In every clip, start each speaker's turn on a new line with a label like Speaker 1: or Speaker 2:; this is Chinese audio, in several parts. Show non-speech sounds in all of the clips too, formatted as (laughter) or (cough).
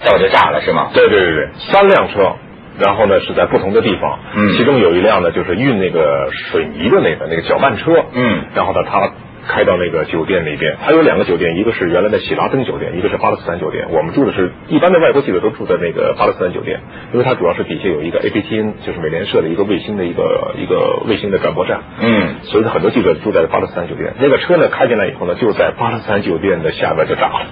Speaker 1: 票就炸了是吗？
Speaker 2: 对对对对，三辆车，然后呢是在不同的地方，
Speaker 1: 嗯
Speaker 2: 其中有一辆呢就是运那个水泥的那个那个搅拌车，
Speaker 1: 嗯
Speaker 2: 然后呢他开到那个酒店里边，他有两个酒店，一个是原来的喜拉登酒店，一个是巴勒斯坦酒店。我们住的是一般的外国记者都住在那个巴勒斯坦酒店，因为它主要是底下有一个 APTN，就是美联社的一个卫星的一个一个卫星的转播站，
Speaker 1: 嗯，
Speaker 2: 所以很多记者住在巴勒斯坦酒店。那个车呢开进来以后呢，就在巴勒斯坦酒店的下边就炸了。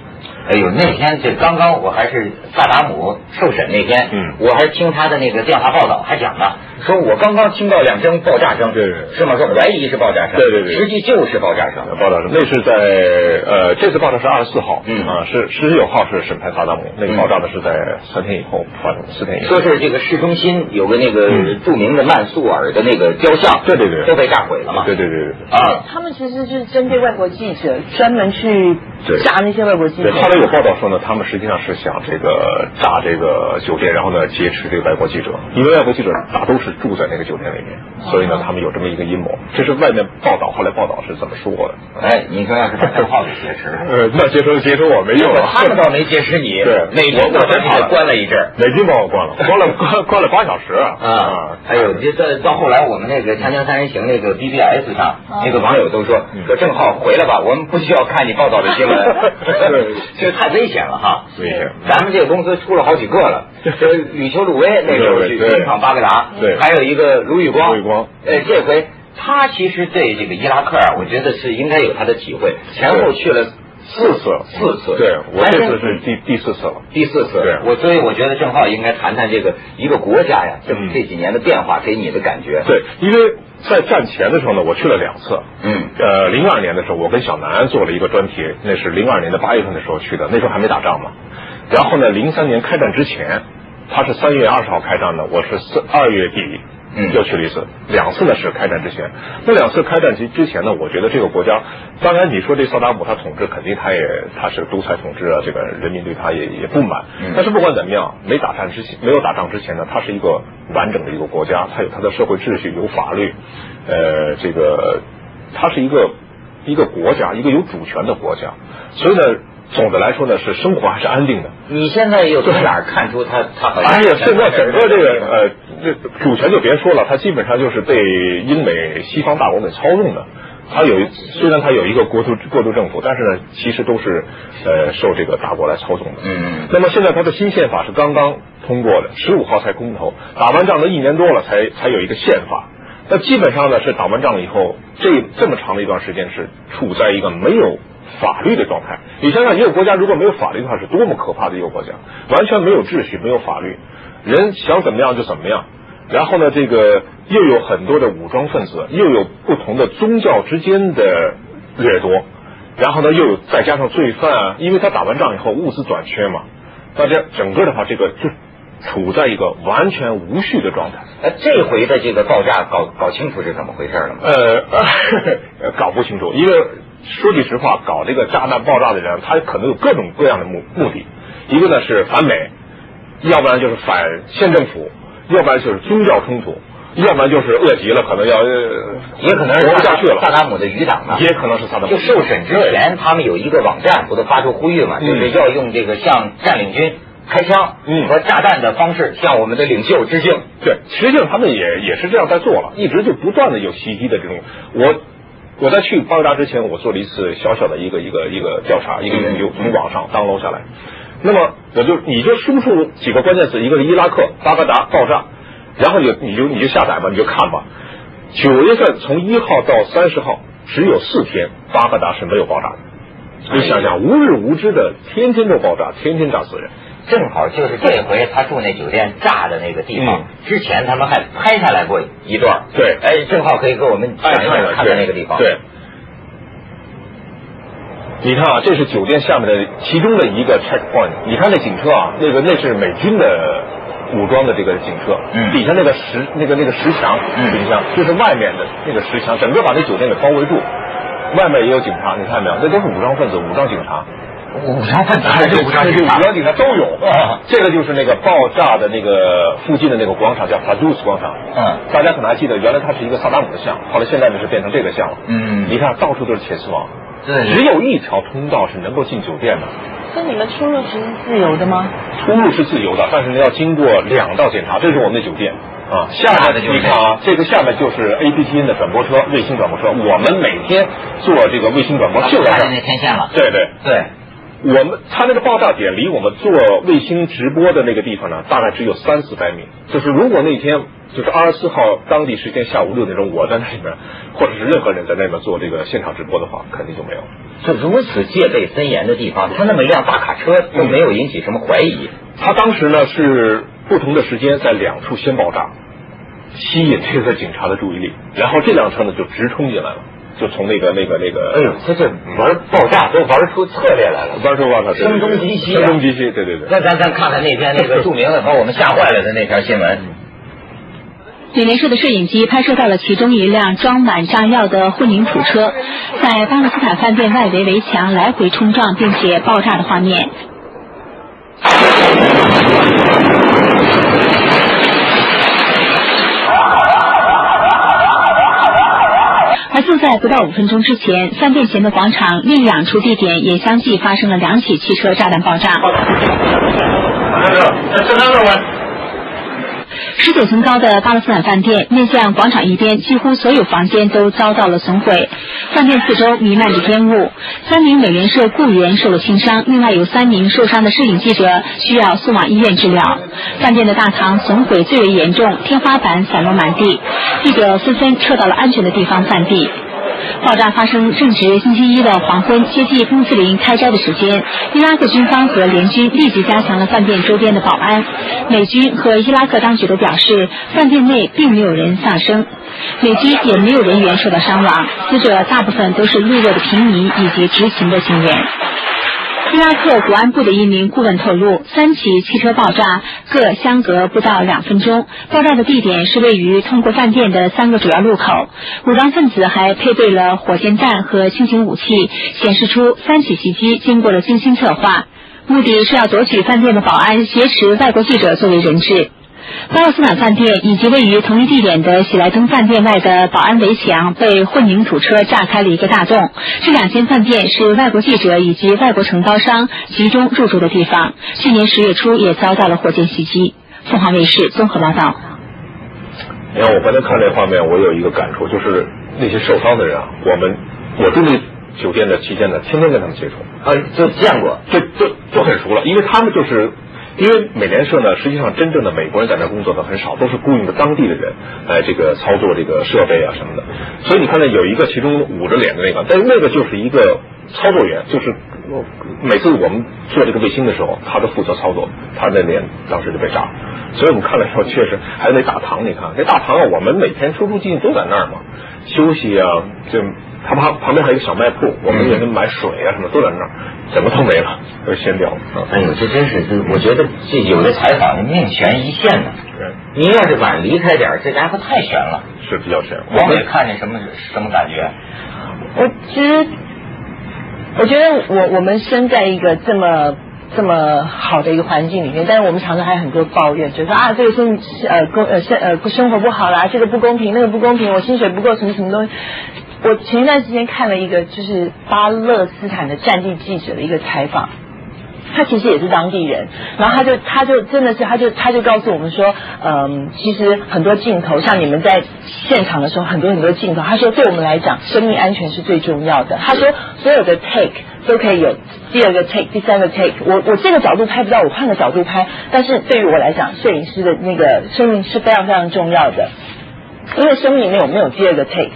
Speaker 1: 哎呦，那天这刚刚我还是萨达姆受审那天，
Speaker 2: 嗯
Speaker 1: 我还听他的那个电话报道，还讲呢，说我刚刚听到两声爆炸声，
Speaker 2: 对对对
Speaker 1: 是吗？说怀疑是爆炸声，
Speaker 2: 对对对
Speaker 1: 实际就是爆炸声，
Speaker 2: 报道是，那是在呃，这次报道是二十四号，
Speaker 1: 嗯
Speaker 2: 啊，是十九号是审判萨达姆，那个爆炸的是在三天以后发生，四天以后
Speaker 1: 说。是这个市中心有个那个
Speaker 2: 嗯
Speaker 1: 著名的曼苏尔的那个雕像，
Speaker 2: 对对对
Speaker 1: 都被炸毁了嘛，
Speaker 2: 对对对对
Speaker 1: 啊，
Speaker 3: 他们其实就是针对外国记者，专门去
Speaker 2: 对
Speaker 3: 炸那些外国记
Speaker 2: 对，
Speaker 3: 者。
Speaker 2: 对后来有报道说呢，他们实际上是想这个炸这个酒店，然后呢劫持这个外国记者，因为外国记者大都是住在那个酒店里面，所以呢他们有这么一个阴谋，这是外面报道，后来报道是怎么说的？
Speaker 1: 哎，你说要是把账号给劫持了，
Speaker 2: (laughs) 呃，那劫持劫持我没用 (laughs) 啊，
Speaker 1: 他们倒没劫持你，
Speaker 2: 对
Speaker 1: 美军
Speaker 2: 我
Speaker 1: 倒
Speaker 2: 我
Speaker 1: 把
Speaker 2: 真怕
Speaker 1: 你
Speaker 2: 了
Speaker 1: 关了一阵儿。
Speaker 2: 美军把我关了，关了关关了八小时
Speaker 1: 啊，还有这到到后来，我们那个《锵锵三人行》那个 BBS 上，
Speaker 3: 啊
Speaker 1: 那个网友都说
Speaker 2: 嗯
Speaker 1: 说郑浩回来吧，我们不需要看你报道的新闻
Speaker 2: (laughs) 对，
Speaker 1: 这太危险了哈。
Speaker 2: 危险
Speaker 1: 咱们这个公司出了好几个
Speaker 2: (laughs)
Speaker 1: 了，就是吕秋鲁威那时候去
Speaker 2: 对对
Speaker 1: 专访巴格达，
Speaker 2: 对
Speaker 1: 还有一个卢宇光，
Speaker 2: 卢宇光
Speaker 1: 呃，这回他其实对这个伊拉克啊，我觉得是应该有他的体会，前后去了
Speaker 2: 四次，
Speaker 1: 四次，
Speaker 2: 对我这
Speaker 1: 还
Speaker 2: 次
Speaker 1: 真
Speaker 2: 是第第四次了。
Speaker 1: 第四次
Speaker 2: 对，
Speaker 1: 我所以我觉得郑浩应该谈谈这个一个国家呀，这
Speaker 2: 嗯
Speaker 1: 这几年的变化给你的感觉。，
Speaker 2: 对，因为在战前的时候呢，我去了两次。
Speaker 1: 嗯
Speaker 2: 呃，零二年的时候，我跟小南做了一个专题，那是零二年的八月份的时候去的，那时候还没打仗嘛。然后呢，零三年开战之前，他是三月二十号开战的，我是四二月底。
Speaker 1: 嗯
Speaker 2: 又去了一次，两次呢是开战之前。那两次开战之之前呢，我觉得这个国家，当然你说这萨达姆他统治肯定他也他是独裁统治啊，这个人民对他也也不满。
Speaker 1: 嗯
Speaker 2: 但是不管怎么样，没打仗之前，没有打仗之前呢，它是一个完整的一个国家，它有它的社会秩序，有法律，呃，这个它是一个一个国家，一个有主权的国家，所以呢，总的来说呢，是生活还是安定的。
Speaker 1: 你现在又从哪儿看出他他好像？
Speaker 2: 哎呀，现在整个这个呃，这主权就别说了，它基本上就是被英美西方大国给操纵的。它有一虽然它有一个国度过渡政府，但是呢，其实都是呃受这个大国来操纵的。
Speaker 1: 嗯，
Speaker 2: 那么现在他的新宪法是刚刚通过的，十五号才公投，打完仗都一年多了才才有一个宪法。那基本上呢是打完仗以后，这这么长的一段时间是处在一个没有法律的状态。你想想，一个国家如果没有法律的话，是多么可怕的一个国家，完全没有秩序，没有法律，人想怎么样就怎么样。然后呢，这个又有很多的武装分子，又有不同的宗教之间的掠夺，然后呢又有再加上罪犯啊，因为他打完仗以后物资短缺嘛，大家整个的话这个就处在一个完全无序的状态。
Speaker 1: 呃这回的这个爆炸搞搞清楚是怎么回事了吗？
Speaker 2: 呃，呃 (laughs) 搞不清楚，因为说句实话，搞这个炸弹爆炸的人，他可能有各种各样的目目的，一个呢是反美，要不然就是反县政府，要不然就是宗教冲突，要不然就是饿极了，可能要呃
Speaker 1: 也可能是
Speaker 2: 活不下去
Speaker 1: 萨
Speaker 2: 了，
Speaker 1: 达姆的余党呢。啊
Speaker 2: 也可能是萨达姆
Speaker 1: 就受审之前，他们有一个网站，不都发出呼吁嘛，就是要用这个向占领军开枪
Speaker 2: 嗯
Speaker 1: 和炸弹的方式向我们的领袖致敬。
Speaker 2: 对，实际上他们也也是这样在做了，一直就不断的有袭击的这种。我我在去巴格达之前，我做了一次小小的一个一个一个调查，一个研究，从网上当楼下来。那么我就你就输出几个关键词，一个是伊拉克巴格达爆炸，然后你就你就你就下载吧，你就看吧。九月份从一号到三十号，只有四天，巴格达是没有爆炸的。你想想，无日无之的，天天都爆炸，天天炸死人。
Speaker 1: 正好就是这回他住那酒店炸的那个地方，
Speaker 2: 嗯
Speaker 1: 之前他们还拍下来过一段儿。
Speaker 2: 对哎
Speaker 1: 哎，正好可以给我们讲一讲看看那个地方。，
Speaker 2: 对。你看啊，这是酒店下面的其中的一个 checkpoint。你看那警车啊，那个那是美军的武装的这个警车，
Speaker 1: 嗯
Speaker 2: 底下那个石那个那个石墙，
Speaker 1: 嗯
Speaker 2: 石墙就是外面的那个石墙，整个把那酒店给包围住。外面也有警察，你看没有？那都是武装分子、武装警察。
Speaker 1: 武昌 (laughs) 分子
Speaker 2: 哎，
Speaker 1: 是武昌警察
Speaker 2: 武，装警察都有
Speaker 1: 啊。
Speaker 2: 这个就是那个爆炸的那个附近的那个广场，叫 Fadus 广场。
Speaker 1: 嗯
Speaker 2: 大家可能还记得，原来它是一个萨达姆的像，后来现在呢是变成这个像了。
Speaker 1: 嗯
Speaker 2: 你看到处都是铁丝网，
Speaker 1: 对
Speaker 2: 只有一条通道是能够进酒店的，
Speaker 3: 那你们出入其实是自由的吗？
Speaker 2: 出入是自由的，但是呢要经过两道检查，这是我们的酒店。啊，下
Speaker 1: 那
Speaker 2: 面
Speaker 1: 就是
Speaker 2: 你看啊，这个下面就是 A P T N 的转播车，卫星转播车。我们每天做这个卫星转播
Speaker 1: 啊
Speaker 2: 就在
Speaker 1: 看见那。
Speaker 2: 这儿
Speaker 1: 天线了。
Speaker 2: 对对，
Speaker 1: 对，
Speaker 2: 我们他那个爆炸点离我们做卫星直播的那个地方呢，大概只有三四百米。就是如果那天就是二十四号当地时间下午六点钟，我在那边，或者是任何人在那边做这个现场直播的话，肯定就没有。
Speaker 1: 就如此戒备森严的地方，他那么一辆大卡车都没有引起什么怀疑。
Speaker 2: 他当时呢是不同的时间在两处先爆炸，吸引这个警察的注意力，然后这辆车呢就直冲进来了，就从那个那个那个，
Speaker 1: 哎呦，他这玩爆炸都玩出策略来了。
Speaker 2: 弯车弯车，对
Speaker 1: 声
Speaker 2: 对对
Speaker 1: 东击西啊
Speaker 2: 声东击西，对对对。
Speaker 1: 那咱咱看看那天那个著名的把我们吓坏了的那条新闻。
Speaker 4: 美联社的摄影机拍摄到了其中一辆装满炸药的混凝土车在巴勒斯坦饭店外围围墙来回冲撞并且爆炸的画面。而就在不到五分钟之前，饭店前的广场另两处地点也相继发生了两起汽车炸弹爆炸。十九层高的巴勒斯坦饭店面向广场一边，几乎所有房间都遭到了损毁。饭店四周弥漫着烟雾，三名美联社雇员受了轻伤，另外有三名受伤的摄影记者需要送往医院治疗。饭店的大堂损毁最为严重，天花板散落满地，记者纷纷撤到了安全的地方暂避。爆炸发生正值星期一的黄昏，接近穆斯林开斋的时间。伊拉克军方和联军立即加强了饭店周边的保安。美军和伊拉克当局都表示，饭店内并没有人丧生，美军也没有人员受到伤亡，死者大部分都是路过的平民以及执勤的警员。伊拉克国安部的一名顾问透露，三起汽车爆炸各相隔不到两分钟，爆炸的地点是位于通过饭店的三个主要路口。武装分子还配备了火箭弹和轻型武器，显示出三起袭击经过了精心策划，目的是要夺取饭店的保安，挟持外国记者作为人质。巴勒斯坦饭店以及位于同一地点的喜来登饭店外的保安围墙被混凝土车炸开了一个大洞。这两间饭店是外国记者以及外国承包商集中入住的地方。去年十月初也遭到了火箭袭击。凤凰卫视综合报道。
Speaker 2: 你看我刚才看这画面，我有一个感触，就是那些受伤的人啊，我们我住那酒店的期间呢，天天跟他们接触，
Speaker 1: 啊，就见过。
Speaker 2: 这这就很熟了，因为他们就是。因为美联社呢，实际上真正的美国人在那工作的很少，都是雇佣的当地的人来这个操作这个设备啊什么的。所以你看呢，有一个其中捂着脸的那个，但是那个就是一个操作员，就是每次我们做这个卫星的时候，他都负责操作，他的脸当时就被炸了。所以我们看了以后，确实还有那大堂，你看 (laughs) 那大堂啊，我们每天出出进进都在那儿嘛，休息啊，就他旁旁边还有一个小卖铺，我们也能买水啊什么都在那儿，怎么都没了，都掀掉了。啊
Speaker 1: 哎呦，这真是，这我觉得这有的采访命悬一线呢。
Speaker 2: 对，
Speaker 1: 您要是晚离开点儿，这家伙太悬了。
Speaker 2: 是比较悬。
Speaker 1: 王伟看见什么什么感觉？
Speaker 3: 我其实，我觉得我我们生在一个这么这么好的一个环境里面，但是我们常常还有很多抱怨，就是说啊，这个生呃工呃生呃生活不好啦，这个不公平，那个不公平，我薪水不够，什么什么东西。我前一段时间看了一个就是巴勒斯坦的战地记者的一个采访，他其实也是当地人，然后他就他就真的是他就他就告诉我们说，嗯，其实很多镜头，像你们在现场的时候，很多很多镜头，他说对我们来讲，生命安全是最重要的。他说所有的 take 都可以有第二个 take、第三个 take，我我这个角度拍不到，我换个角度拍，但是对于我来讲，摄影师的那个生命是非常非常重要的。因为生命里面有没有第二个 take，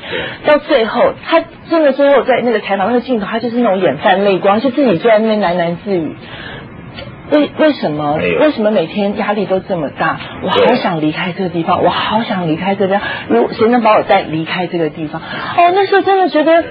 Speaker 3: 到最后他真的最后在那个采访那个镜头，他就是那种眼泛泪光，就自己坐在那边喃喃自语。为为什么
Speaker 1: 没有
Speaker 3: 为什么每天压力都这么大？我
Speaker 1: 对
Speaker 3: 好想离开这个地方，我好想离开这边。如果谁能把我带离开这个地方？哦，那时候真的觉得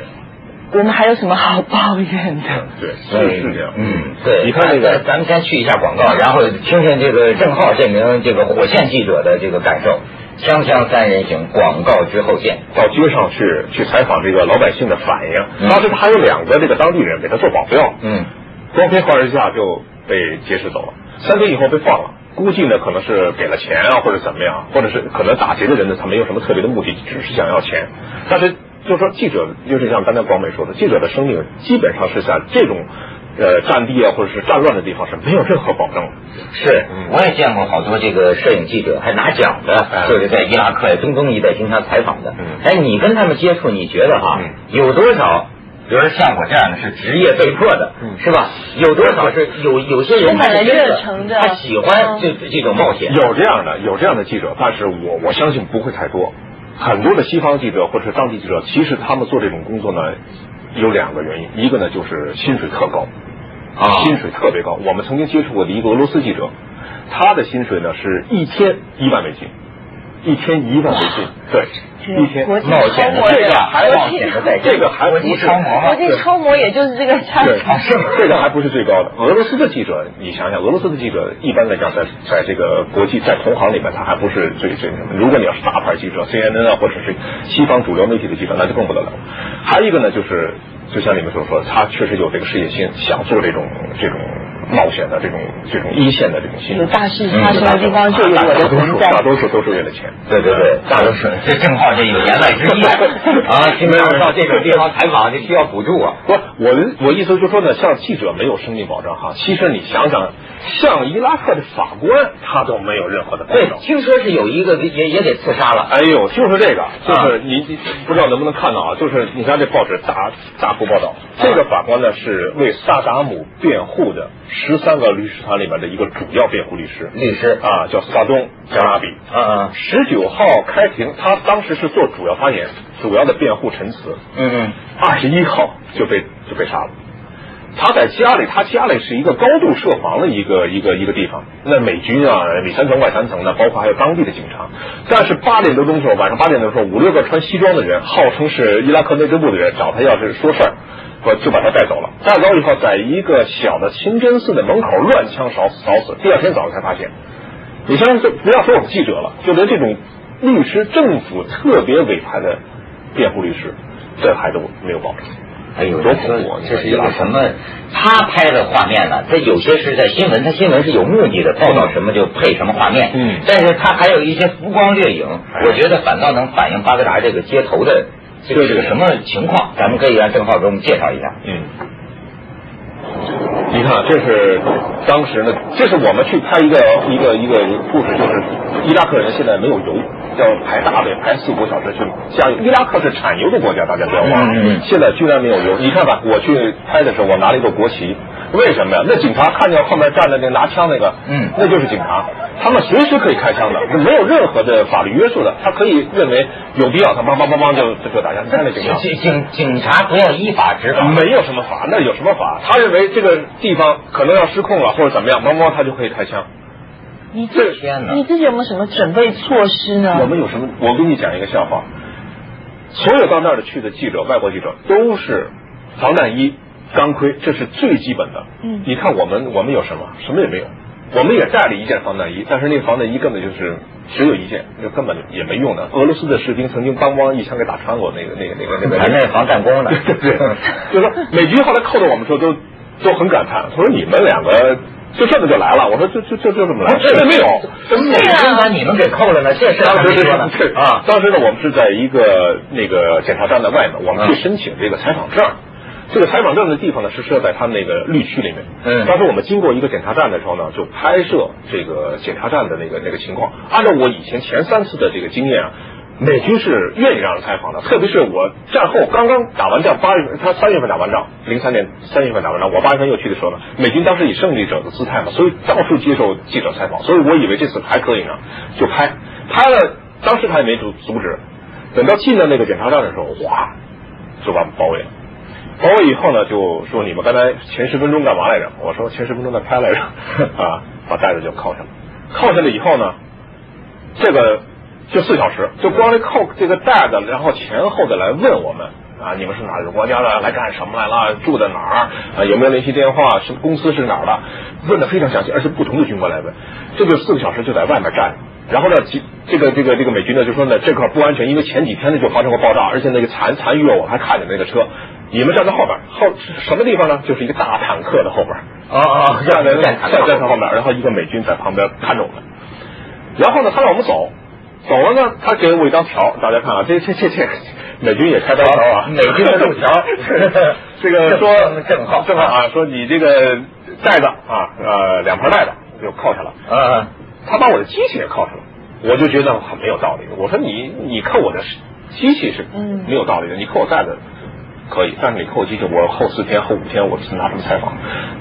Speaker 3: 我们还有什么好抱怨的？
Speaker 2: 对，是是这样。
Speaker 1: 嗯，对，
Speaker 2: 你看那个
Speaker 1: 咱咱们先去一下广告，然后听听这个郑浩这名这个火线记者的这个感受。锵锵三人行，广告之后见。
Speaker 2: 到街上去去采访这个老百姓的反
Speaker 1: 嗯
Speaker 2: 应，当时他还有两个这个当地人给他做保镖，
Speaker 1: 嗯，
Speaker 2: 光天化日下就被劫持走了，三天以后被放了。估计呢，可能是给了钱啊，或者怎么样，或者是可能打劫的人呢，他没有什么特别的目的，只是想要钱。但是就是说记者，就是像刚才广美说的，记者的生命基本上是在这种呃战地啊或者是战乱的地方是没有任何保障的。
Speaker 1: 是
Speaker 2: 嗯，
Speaker 1: 我也见过好多这个摄影记者，还拿奖的
Speaker 2: 哎，
Speaker 1: 就是在伊拉克、中东一带经常采访的
Speaker 2: 嗯。
Speaker 1: 哎，你跟他们接触，你觉得哈
Speaker 2: 嗯，
Speaker 1: 有多少？比如说像我这样的是职业被迫的，
Speaker 2: 嗯
Speaker 1: 是吧？有多少是有有些人
Speaker 3: 充满了
Speaker 1: 他是真的
Speaker 3: 热诚的
Speaker 1: 他喜欢
Speaker 3: 嗯
Speaker 1: 这这种冒险。
Speaker 2: 有这样的有这样的记者，但是我我相信不会太多。很多的西方记者或者是当地记者，其实他们做这种工作呢，有两个原因，一个呢就是薪水特高，
Speaker 1: 啊
Speaker 2: 薪水特别高。我们曾经接触过的一个俄罗斯记者，他的薪水呢是一天一万美金，一天一万美金，对，一天
Speaker 3: 国际
Speaker 1: 冒险的
Speaker 3: 超模
Speaker 1: 这
Speaker 3: 呀
Speaker 1: 个还
Speaker 3: 国
Speaker 1: 冒
Speaker 3: 际
Speaker 1: 险的代价，
Speaker 2: 这个还
Speaker 1: 国
Speaker 2: 不
Speaker 1: 际
Speaker 2: 是啊
Speaker 1: 超模嘛
Speaker 3: 国，际超模也就是这个价
Speaker 2: 对
Speaker 3: (laughs) 格。
Speaker 1: 啊是吗，
Speaker 2: 这个还不是最高的。俄罗斯的记者，你想想，俄罗斯的记者一般来讲在，在这个国际在同行里面，他还不是最最什么。如果你要是大牌记者，CNN 啊，或者是西方主流媒体的记者，那就更不得了。还有一个呢，就是就像你们所说，他确实有这个事业心，想做这种这种冒险的这种这种一线的这种心理。
Speaker 3: 有大事发生的地方
Speaker 2: 嗯
Speaker 3: 就有我的存在
Speaker 2: 大。多数大多数都是为了钱。
Speaker 1: 对对对，大多数这正好这有言外之意 (laughs) 啊，经常到这种地方采访就需要补助啊。
Speaker 2: 不，我的我意思就是说呢，像记者没有生命保障哈。其实你想想，像伊拉克的法官他都没有任何的保
Speaker 1: 对
Speaker 2: 障，。
Speaker 1: 听说是有一个也也给刺杀了。
Speaker 2: 哎呦，就是这个，就
Speaker 1: 啊
Speaker 2: 是你、你不知道能不能看到啊？就是你看这报纸大大幅报道，
Speaker 1: 啊
Speaker 2: 这个法官呢是为萨达姆辩护的十三个律师团里面的一个主要辩护律师
Speaker 1: 律师，
Speaker 2: 啊，叫萨东加拉比。
Speaker 1: 嗯
Speaker 2: 十九号开庭，他当时是做主要发言，主要的辩护陈词。
Speaker 1: 嗯嗯
Speaker 2: 二十一号就被就被杀了。他在家里，他家里是一个高度设防的一个一个一个地方。那美军啊，里三层外三层的，包括还有当地的警察。但是八点多钟的时候，晚上八点多的时候，五六个穿西装的人，号称是伊拉克内政部的人，找他要是说事儿，我就把他带走了。带走以后，在一个小的清真寺的门口乱枪扫扫死。第二天早上才发现，你像这不要说我们记者了，就连这种律师、政府特别委派的辩护律师，这还都没有保障。
Speaker 1: 嗯，哎呦，
Speaker 2: 多恐怖啊
Speaker 1: 这是一个什么？他拍的画面呢？他有些是在新闻，他新闻是有目的的，报道什么就配什么画面。
Speaker 2: 嗯
Speaker 1: 但是他还有一些浮光掠影，我觉得反倒能反映巴格达这个街头的这个
Speaker 2: 对
Speaker 1: 是
Speaker 2: 对
Speaker 1: 个什么情况。咱们可以让郑浩给我们介绍一下。
Speaker 2: 嗯，你看，这是当时呢，这是我们去拍一个一个一个故事，就是伊拉克人现在没有油，要排大队排四五个小时去加油。伊拉克是产油的国家，大家不要忘了，
Speaker 1: 嗯嗯嗯
Speaker 2: 现在居然没有油。你看看，我去拍的时候，我拿了一个国旗，为什么呀？那警察看见后面站着那拿枪那个，
Speaker 1: 嗯
Speaker 2: 那就是警察，他们随时可以开枪的，是没有任何的法律约束的，他可以认为有必要，他梆梆梆梆就就就打架。你看那警察
Speaker 1: 警。警警警察不要依法执法。
Speaker 2: 没有什么法，那有什么法？他认为这个地方可能要失控了，或者怎么样，汪汪他就可以开枪。
Speaker 3: 你自己
Speaker 1: 天哪
Speaker 2: 嗯
Speaker 3: 你自己有没有什么准备措施呢？
Speaker 2: 我们有什么？我跟你讲一个笑话，所有到那儿的去的记者，外国记者都是防弹衣、钢盔，这是最基本的。
Speaker 3: 嗯
Speaker 2: 你看我们，我们有什么？什么也没有。我们也带了一件防弹衣，但是那防弹衣根本就是只有一件，就根本也没用的。俄罗斯的士兵曾经梆梆一枪给打穿过那个那个那个那个。
Speaker 1: 还那防弹弓呢
Speaker 2: (laughs) 对对对，就是说美军后来扣着我们说都都很感叹，他说你们两个就这么就来了，我说就就就就这么
Speaker 1: 哦
Speaker 2: 来，这没有，
Speaker 1: 怎么美
Speaker 3: 啊
Speaker 1: 军把你们给扣了呢？
Speaker 2: (laughs)
Speaker 1: 这事儿还没说呢
Speaker 2: 啊对
Speaker 1: 啊！
Speaker 2: 当时呢，我们是在一个那个检查站的外面，我们
Speaker 1: 嗯
Speaker 2: 去申请这个采访证。
Speaker 1: 啊
Speaker 2: 这个采访证的地方呢，是设在他们那个绿区里面。
Speaker 1: 嗯
Speaker 2: 当时我们经过一个检查站的时候呢，就拍摄这个检查站的那个那个情况。按照我以前前三次的这个经验啊，美军是愿意让人采访的，特别是我战后刚刚打完仗，八月份他三月份打完仗，零三年三月份打完仗，我八月份又去的时候呢，美军当时以胜利者的姿态嘛，所以到处接受记者采访，所以我以为这次还可以呢，就拍，拍了，当时他也没阻阻止，等到进到那个检查站的时候，哗，就把我们包围了。包围以后呢，就说你们刚才前十分钟干嘛来着？我说前十分钟在拍来着， (laughs) 啊，把袋子就铐上了。铐上了以后呢，这个就四小时，就光这扣这个袋子，然后前后的来问我们啊，你们是哪个国家的，来干什么来了，住在哪儿，啊、有没有联系电话，是公司是哪儿的，问的非常详细，而且不同的军官来问，这就四个小时就在外面站着。然后呢，其这个这个这个美军呢就说呢这块不安全，因为前几天呢就发生过爆炸，而且那个残残余了，我还看见那个车，你们站在后边，后什么地方呢？就是一个大坦克的后边，
Speaker 1: 哦哦，
Speaker 2: 站啊在
Speaker 1: 战
Speaker 2: 站在他后面，然后一个美军在旁边看着我们，然后呢，他让我们走，走了呢，他给我一张条，大家看啊，这这这这美军也开刀条啊，
Speaker 1: 美军的路条
Speaker 2: (laughs) 这个说
Speaker 1: 正正号
Speaker 2: 正好啊，说你这个袋子啊，呃，两盘袋子就铐下了，
Speaker 1: 啊，
Speaker 2: 他把我的机器也铐上了，我就觉得很没有道理。我说你你扣我的机器是
Speaker 3: 嗯
Speaker 2: 没有道理的，你扣我袋子可以，但是你扣我机器，我后四天后五天我拿什么采访？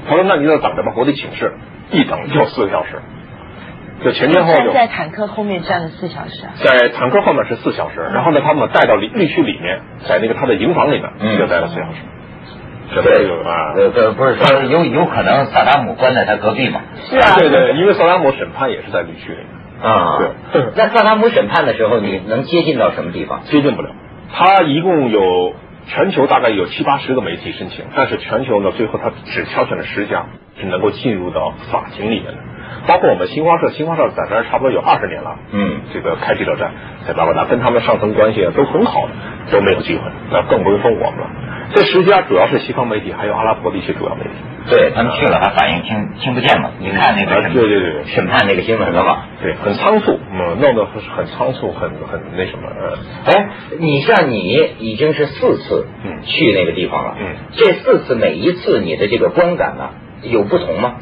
Speaker 2: 他说那你就等着吧，我得请示，一等就四个小时，就前前后后
Speaker 3: 站
Speaker 2: 就
Speaker 3: 在坦克后面站了四小时啊。
Speaker 2: 在坦克后面是四小时，然后呢，他们带到里绿区里面，在那个他的营房里面
Speaker 1: 嗯
Speaker 2: 就待了四小时，这都
Speaker 1: 对
Speaker 2: 有啊。
Speaker 1: 呃，这不是说有有可能萨达姆关在他隔壁嘛？
Speaker 3: 是啊
Speaker 2: 对对，因为萨达姆审判也是在绿区里面，
Speaker 1: 啊
Speaker 2: 对
Speaker 1: 那萨达姆审判的时候，你能接近到什么地方？
Speaker 2: 接近不了。他一共有全球大概有七八十个媒体申请，但是全球呢，最后他只挑选了十家是能够进入到法庭里面的，包括我们新华社，新华社在这儿差不多有二十年了，
Speaker 1: 嗯
Speaker 2: 这个开记者站在巴格达，跟他们上层关系啊都很好的，都没有机会，那更不用说我们了。这十家主要是西方媒体，还有阿拉伯的一些主要媒体。
Speaker 1: 对他们去了，还反应听听不见嘛？你看那个审
Speaker 2: 啊对对对对
Speaker 1: 审判那个新闻了吧？
Speaker 2: 对，很仓促，嗯，弄得很仓促，很很那什么，呃，
Speaker 1: 哎，你像你已经是四次
Speaker 2: 嗯
Speaker 1: 去那个地方了，
Speaker 2: 嗯
Speaker 1: 这四次每一次你的这个观感呢有不同吗？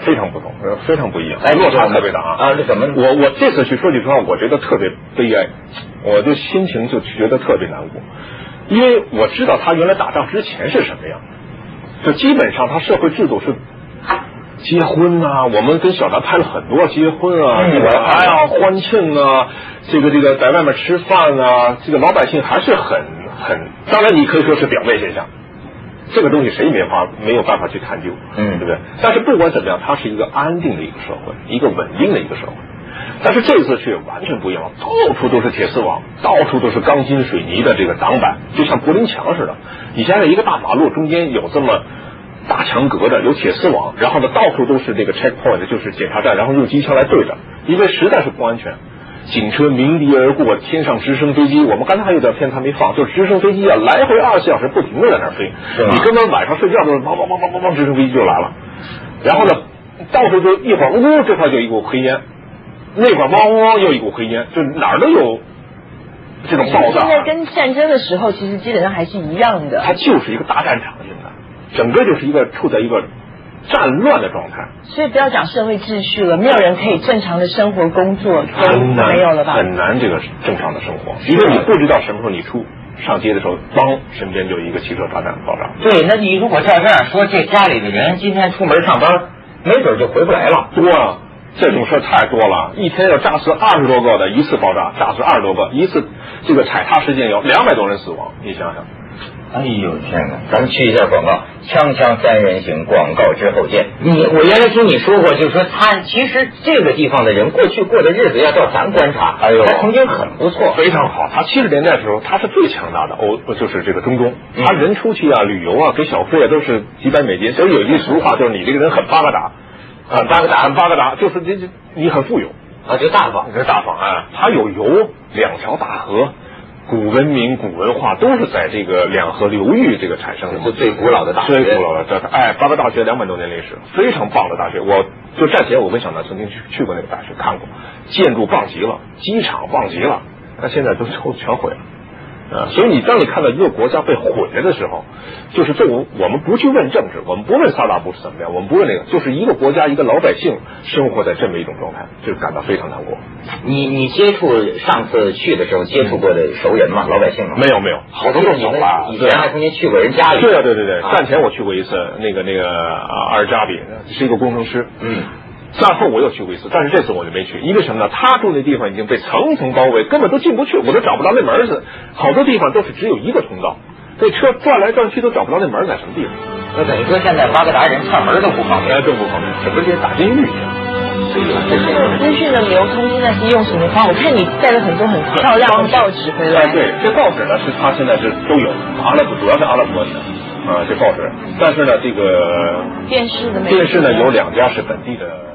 Speaker 2: 非常不同，呃非常不一样，
Speaker 1: 哎
Speaker 2: 落差特别大啊！
Speaker 1: 啊这怎么
Speaker 2: 我我这次去说句实话，我觉得特别悲哀，我就心情就觉得特别难过，因为我知道他原来打仗之前是什么样，就基本上他社会制度是。结婚啊，我们跟小达拍了很多结婚啊，
Speaker 1: 嗯
Speaker 2: 这个哎呀欢庆啊，这个这个在外面吃饭啊，这个老百姓还是很很，当然你可以说是表面现象，这个东西谁也没法没有办法去探究，
Speaker 1: 嗯
Speaker 2: 对不对？但是不管怎么样，它是一个安定的一个社会，一个稳定的一个社会。但是这次却完全不一样，到处都是铁丝网，到处都是钢筋水泥的这个挡板，就像柏林墙似的。你想想，一个大马路中间有这么大墙隔着，有铁丝网，然后呢，到处都是这个 checkpoint，就是检查站，然后用机枪来对着，因为实在是不安全。警车鸣笛而过，天上直升飞机，我们刚才还有段片他没放，就是直升飞机啊，来回二十四小时不停的在那儿飞
Speaker 1: 是，吗
Speaker 2: 你根本晚上睡觉的时候，汪汪汪汪汪汪，直升飞机就来了。然后呢，到处就一会儿呜，这块就一股黑烟，那块汪汪汪又一股黑烟，就哪儿都有这种爆炸
Speaker 3: 现。在嗯跟战争的时候其实基本上还是一样的
Speaker 2: 它，就是一个大战场，现在整个就是一个处在一个战乱的状态。
Speaker 3: 所以不要讲社会秩序了，没有人可以正常的生活、工作都
Speaker 2: 很难
Speaker 3: 没有了吧？
Speaker 2: 很难这个正常的生活，因为你不知道什么时候你出上街的时候，当身边就有一个汽车炸弹爆炸。
Speaker 1: 对，那你如果照这样说，这家里的人今天出门上班，没准就回不来了。
Speaker 2: 多啊，这种事儿太多了，一天要炸死二十多个的，一次爆炸炸死二十多个，一次这个踩踏事件有两百多人死亡，你想想。
Speaker 1: 哎呦天哪！咱们去一下广告，锵锵三人行广告之后见。你我原来听你说过，就是说他其实这个地方的人过去过的日子，要照咱观察，
Speaker 2: 哎呦
Speaker 1: 他曾经很不错。
Speaker 2: 非常好。他七十年代的时候，他是最强大的欧，就是这个中东，
Speaker 1: 嗯
Speaker 2: 他人出去啊、旅游啊、给小费啊，都是几百美金。所以有一句俗话，就是你这个人很巴格达，很巴格达，很巴格达，就是这这你很富有，
Speaker 1: 啊，就大方
Speaker 2: 你。是大方啊。他有油，两条大河。古文明、古文化都是在这个两河流域这个产生的嘛，
Speaker 1: 这最古老的大学
Speaker 2: 最古老的这哎，巴格大学两百多年历史，非常棒的大学。我就战前我跟小南曾经去去过那个大学，看过，建筑棒极了，机场棒极了，但现在都都全毁了。啊，所以你当你看到一个国家被毁了的时候，就是这我我们不去问政治，我们不问萨达姆是怎么样，我们不问那个，就是一个国家一个老百姓生活在这么一种状态，就感到非常难过。
Speaker 1: 你你接触上次去的时候接触过的熟人吗？老百姓吗？
Speaker 2: 没有没有，
Speaker 1: 好多
Speaker 2: 都
Speaker 1: 人
Speaker 2: 走了。
Speaker 1: 以
Speaker 2: 对
Speaker 1: 前还曾经去过人家里。
Speaker 2: 对啊，对对对，
Speaker 1: 啊
Speaker 2: 战前我去过一次，那个那个啊阿尔扎比是一个工程师，
Speaker 1: 嗯，
Speaker 2: 战后我又去过一次，但是这次我就没去，因为什么呢？他住那地方已经被层层包围，根本都进不去，我都找不到那门儿去，好多地方都是只有一个通道，这车转来转去都找不到那门儿在什么地方，
Speaker 1: 那等于说现在巴格达人串门都不方便哎
Speaker 2: 哎，。更不方便，这不是跟打监狱一样。所以这
Speaker 3: 这种资讯的流通现在是用什么方法？我看你带了很多很漂亮的报纸回来
Speaker 2: 哎，，对，这报纸呢是它现在是都有，阿拉伯主要是阿拉伯文的啊、这报纸，但是呢，这个
Speaker 3: 电视的媒体
Speaker 2: 电视呢有两家是本地的。